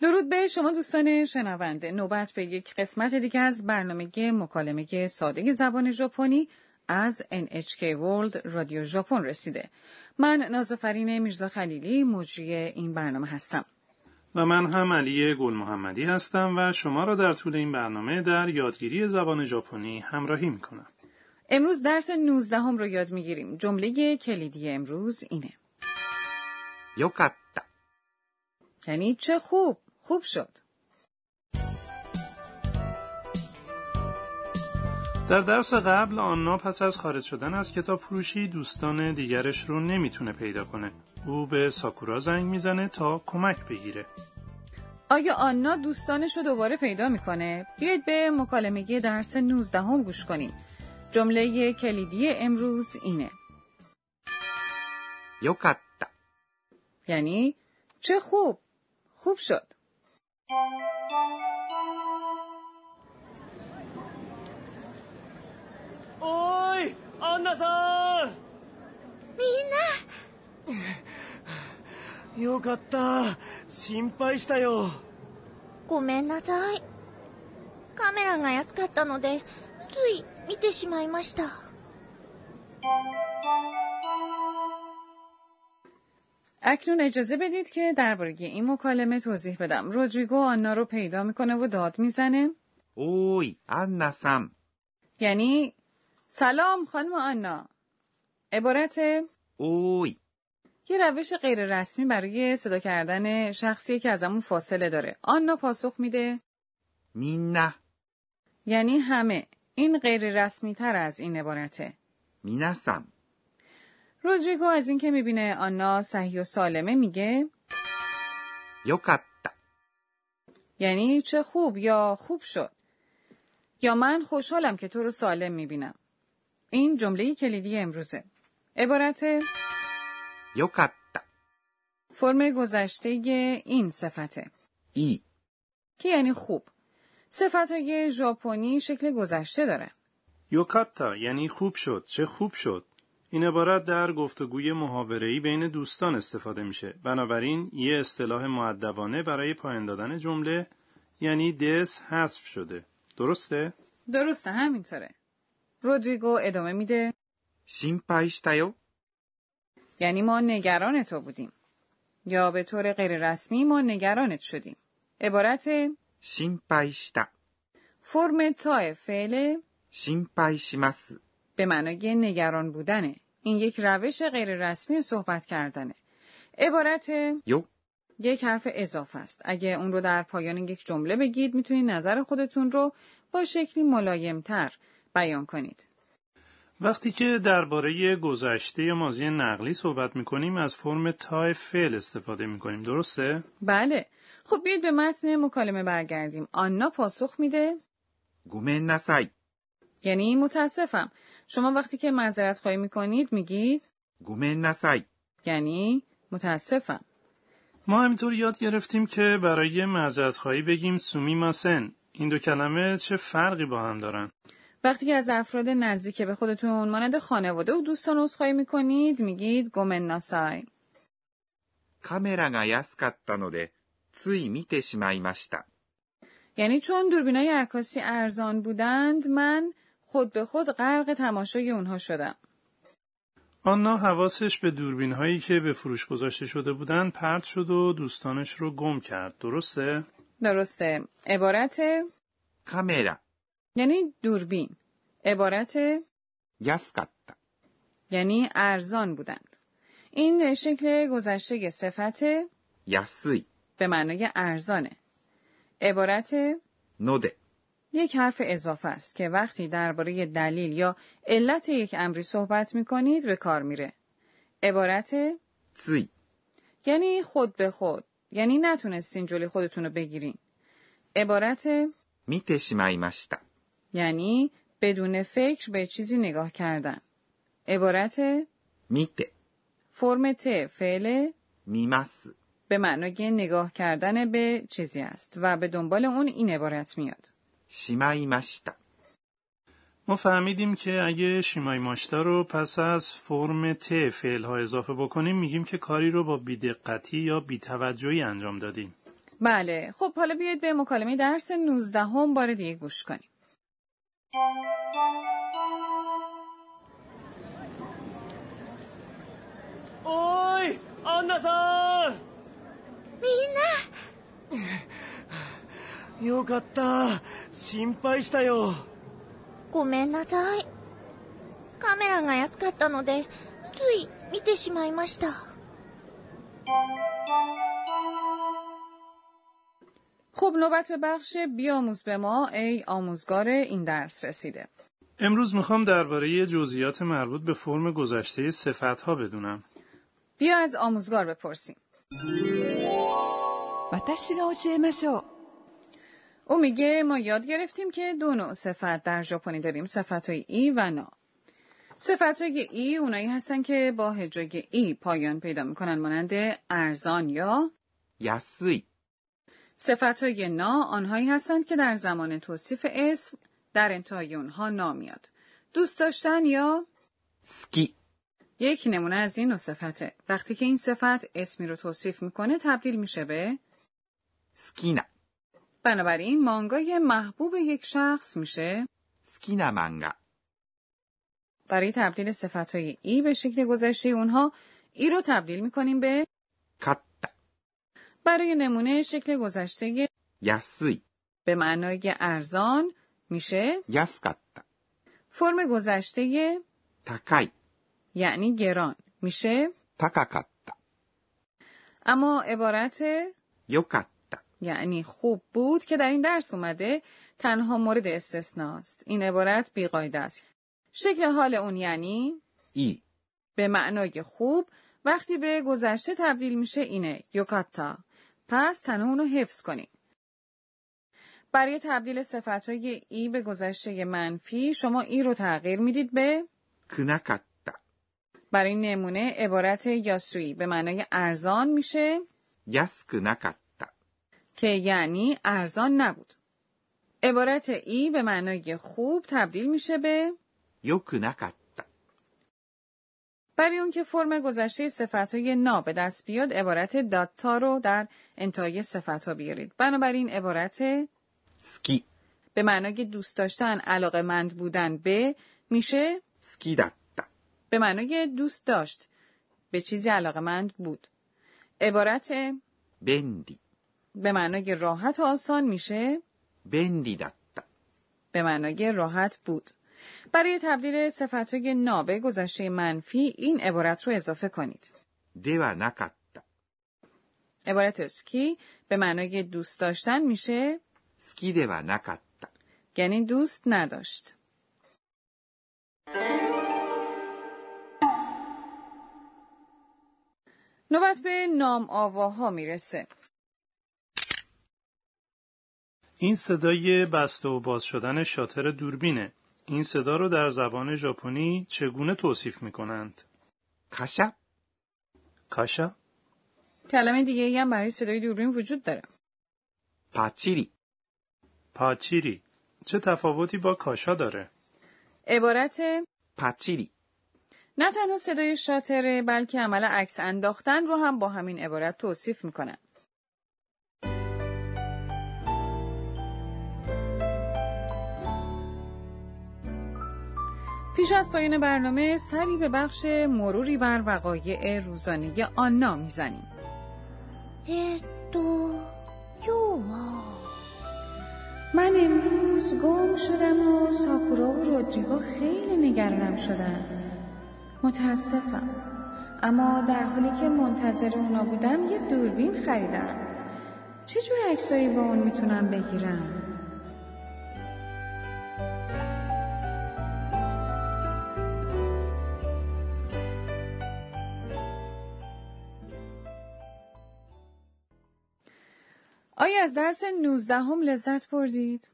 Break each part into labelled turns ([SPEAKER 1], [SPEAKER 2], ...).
[SPEAKER 1] درود به شما دوستان شنونده نوبت به یک قسمت دیگه از برنامه مکالمه ساده زبان ژاپنی از NHK World رادیو ژاپن رسیده من نازفرین میرزا خلیلی مجری این برنامه هستم
[SPEAKER 2] و من هم علی گل محمدی هستم و شما را در طول این برنامه در یادگیری زبان ژاپنی همراهی می کنم.
[SPEAKER 1] امروز درس 19 هم رو یاد میگیریم. جمله کلیدی امروز اینه.
[SPEAKER 3] よかった。
[SPEAKER 1] یعنی چه خوب خوب شد
[SPEAKER 2] در درس قبل آنا پس از خارج شدن از کتاب فروشی دوستان دیگرش رو نمیتونه پیدا کنه. او به ساکورا زنگ میزنه تا کمک بگیره.
[SPEAKER 1] آیا آنا دوستانش رو دوباره پیدا میکنه بیایید به مکالمه درس 19 هم گوش کنیم جمله کلیدی امروز اینه
[SPEAKER 3] よかった。
[SPEAKER 1] یعنی چه خوب خوب شد
[SPEAKER 4] 「おーいアンナさんみんな」よかった心配したよ
[SPEAKER 5] ごめんなさい。カメラが安かったので、つい見てしまいました。
[SPEAKER 1] اکنون اجازه بدید که درباره این مکالمه توضیح بدم رودریگو آنا رو پیدا میکنه و داد میزنه
[SPEAKER 3] おーい、アンナさん。
[SPEAKER 1] یعنی سلام خانم آنا عبارت
[SPEAKER 3] おーい、
[SPEAKER 1] یه روش غیر رسمی برای صدا کردن شخصی که ازمون فاصله داره. آنا پاسخ میده
[SPEAKER 3] みんな、
[SPEAKER 1] یعنی همه. این غیر رسمی تر از این عبارته.
[SPEAKER 3] 皆さん。
[SPEAKER 1] رودریگو از اینکه میبینه آنا صحیح و سالمه میگه
[SPEAKER 3] よかった。
[SPEAKER 1] یعنی چه خوب یا خوب شد. یا من خوشحالم که تو رو سالم میبینم. این جمله کلیدی امروزه. عبارت
[SPEAKER 3] よかった。
[SPEAKER 1] فرم گذشته این صفته.
[SPEAKER 3] いい、
[SPEAKER 1] که یعنی خوب. صفت های ژاپنی شکل گذشته داره.
[SPEAKER 2] یوکاتا یعنی خوب شد، چه خوب شد. این عبارت در گفتگوی محاوره‌ای بین دوستان استفاده میشه. بنابراین یه اصطلاح معدبانه برای پایان دادن جمله یعنی دس حذف شده. درسته؟
[SPEAKER 1] درسته همینطوره. رودریگو ادامه میده
[SPEAKER 3] 心配したよ。
[SPEAKER 1] یعنی ما نگران تو بودیم یا به طور غیررسمی ما نگرانت شدیم. عبارت
[SPEAKER 3] 心配した。
[SPEAKER 1] فرم تا فعل
[SPEAKER 3] 心配します。
[SPEAKER 1] به معنای نگران بودنه. این یک روش غیررسمی صحبت کردنه. عبارت
[SPEAKER 3] よ、
[SPEAKER 1] یک حرف اضافه است. اگه اون رو در پایان یک جمله بگید میتونید نظر خودتون رو با شکلی ملایمتر بیان کنید.
[SPEAKER 2] وقتی که درباره گذشته یا ماضی نقلی صحبت میکنیم از فرم تای فعل استفاده میکنیم درسته؟
[SPEAKER 1] بله. خب بیاید به متن مکالمه برگردیم. آنا پاسخ میده
[SPEAKER 3] ごめんなさい。
[SPEAKER 1] یعنی متاسفم شما وقتی که معذرت خواهی میکنید میگید
[SPEAKER 3] ごめんなさい。
[SPEAKER 1] یعنی متاسفم
[SPEAKER 2] ما همینطور یاد گرفتیم که برای معذرتخواهی بگیم سومیماسن این دو کلمه چه فرقی با هم دارن؟
[SPEAKER 1] وقتی که از افراد نزدیک به خودتون مانند خانواده و دوستان عذرخواهی میکنید میگید گومن ناسای
[SPEAKER 3] カメラが安かったので、つい見てしまいました。
[SPEAKER 1] یعنی چون دوربینای عکاسی ارزان بودند من خود به خود غرق تماشای اونها شدم
[SPEAKER 2] آنا حواسش به دوربین هایی که به فروش گذاشته شده بودن پرت شد و دوستانش رو گم کرد درسته؟
[SPEAKER 1] درسته عبارت
[SPEAKER 3] カメラ、
[SPEAKER 1] یعنی دوربین عبارت
[SPEAKER 3] 安かった。
[SPEAKER 1] یعنی ارزان بودند این شکل گذشته صفت
[SPEAKER 3] 安い。
[SPEAKER 1] به معنای ارزانه. عبارت
[SPEAKER 3] ので、
[SPEAKER 1] یک حرف اضافه است که وقتی درباره دلیل یا علت یک امری صحبت می کنید به کار میره. عبارت
[SPEAKER 3] つい、
[SPEAKER 1] یعنی خود به خود یعنی نتونستین جلوی خودتون رو بگیرین. عبارت
[SPEAKER 3] 見てしまいました。
[SPEAKER 1] یعنی بدون فکر به چیزی نگاه کردن. عبارت
[SPEAKER 3] 見て、
[SPEAKER 1] فرم ت فعل
[SPEAKER 3] 見ます。
[SPEAKER 1] به معنای نگاه کردن به چیزی است و به دنبال اون این عبارت میاد.
[SPEAKER 3] しまいました。
[SPEAKER 2] ما فهمیدیم که اگه شیمای ماشتا رو پس از فرم ت فعل ها اضافه بکنیم میگیم که کاری رو با بیدقتی یا بیتوجهی انجام دادیم.
[SPEAKER 1] بله خب حالا بیاید به مکالمه درس 19 هم بار دیگه گوش کنیم
[SPEAKER 4] おーいアンナさんみんなよかった心配したよ
[SPEAKER 5] ごめんなさい。カメラが安かったので、つい見てしまいました。
[SPEAKER 1] خب نوبت به بخش بیاموز به ما ای آموزگار این درس رسیده
[SPEAKER 2] امروز میخوام درباره جزئیات مربوط به فرم گذشته صفتها بدونم.
[SPEAKER 1] بیا از آموزگار بپرسیم
[SPEAKER 6] 私が教えましょう
[SPEAKER 1] او میگه ما یاد گرفتیم که دو نوع صفت در ژاپنی داریم صفت های ای و نا صفت های ای اونایی هستن که با هجای ای پایان پیدا میکنن مانند ارزان یا
[SPEAKER 3] 安い、
[SPEAKER 1] صفت های نا آنهایی هستند که در زمان توصیف اسم در انتهای اونها نا میاد دوست داشتن یا
[SPEAKER 3] 好き、
[SPEAKER 1] یک نمونه از این نوع صفته وقتی که این صفت اسمی رو توصیف میکنه تبدیل میشه به
[SPEAKER 3] 好きな、
[SPEAKER 1] بنابراین مانگای محبوب یک شخص میشه
[SPEAKER 3] 好きな漫画、
[SPEAKER 1] برای تبدیل صفت های ای به شکل گذشته اونها ای رو تبدیل میکنیم به
[SPEAKER 3] 買った、
[SPEAKER 1] برای نمونه شکل گذشته
[SPEAKER 3] 安い、
[SPEAKER 1] به معنای ارزان میشه
[SPEAKER 3] 安かった、
[SPEAKER 1] فرم گذشته
[SPEAKER 3] 高い、
[SPEAKER 1] یعنی گران میشه
[SPEAKER 3] 高かった、
[SPEAKER 1] اما عبارت
[SPEAKER 3] よかった、
[SPEAKER 1] یعنی خوب بود که در این درس اومده تنها مورد استثناست این عبارت بیقاعده است شکل حال اون یعنی
[SPEAKER 3] いい、
[SPEAKER 1] به معنای خوب وقتی به گذشته تبدیل میشه اینه یوکاتا پس تنها اونو حفظ کنیم برای تبدیل صفتهای ای به گذشته منفی شما ای رو تغییر میدید به
[SPEAKER 3] くなかった、
[SPEAKER 1] برای نمونه عبارت یاسویی به معنای ارزان میشه
[SPEAKER 3] 安くなかった、
[SPEAKER 1] که یعنی ارزان نبود عبارت ای به معنای خوب تبدیل میشه به
[SPEAKER 3] 良くなかった、
[SPEAKER 1] برای اون که فرم گذشته صفتهای نا به دست بیاد عبارت داتا رو در انتهای صفت ها بیارید بنابراین عبارت
[SPEAKER 3] 好き、好
[SPEAKER 1] به معنای دوست داشتن علاقه مند بودن به میشه
[SPEAKER 3] きだった、
[SPEAKER 1] به معنای دوست داشت به چیزی علاقه مند بود عبارت
[SPEAKER 3] 便利、
[SPEAKER 1] به معنای راحت و آسان میشه
[SPEAKER 3] 便利だった、
[SPEAKER 1] به معنای راحت بود برای تبدیل صفتهای نا به گذشته منفی این عبارت رو اضافه کنید
[SPEAKER 3] ではなかった、
[SPEAKER 1] عبارت اسکی به معنای دوست داشتن میشه
[SPEAKER 3] 好きではなかった、
[SPEAKER 1] یعنی دوست نداشت. نوبت به نام آواها میرسه.
[SPEAKER 2] این صدای بسته و باز شدن شاتر دوربینه. این صدا رو در زبان ژاپنی چگونه توصیف میکنند؟
[SPEAKER 3] カシャ、
[SPEAKER 2] کاشا؟
[SPEAKER 1] کلمه دیگه هم برای صدای دوربین وجود داره.
[SPEAKER 3] パチリ、
[SPEAKER 2] پاچیری چه تفاوتی با کاشا داره؟
[SPEAKER 1] عبارت
[SPEAKER 3] パチリ、
[SPEAKER 1] نه تنها صدای شاتره بلکه عمل عکس انداختن رو هم با همین عبارت توصیف میکنن. پیش از پایان برنامه سری به بخش مروری بر وقایع روزانه آنا میزنیم.
[SPEAKER 5] えーっと、今日は、
[SPEAKER 1] من امروز گم شدم و ساکورا و رودریگو خیلی نگرانم شدن متاسفم اما در حالی که منتظر اونا بودم یه دوربین خریدم چه جور عکسایی با اون میتونم بگیرم؟ آیا از درس 19 هم لذت بردید؟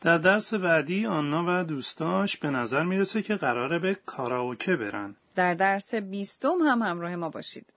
[SPEAKER 2] در درس بعدی آنا و دوستاش به نظر میرسه که قراره به کاراوکه برن.
[SPEAKER 1] در درس 20 هم همراه ما باشید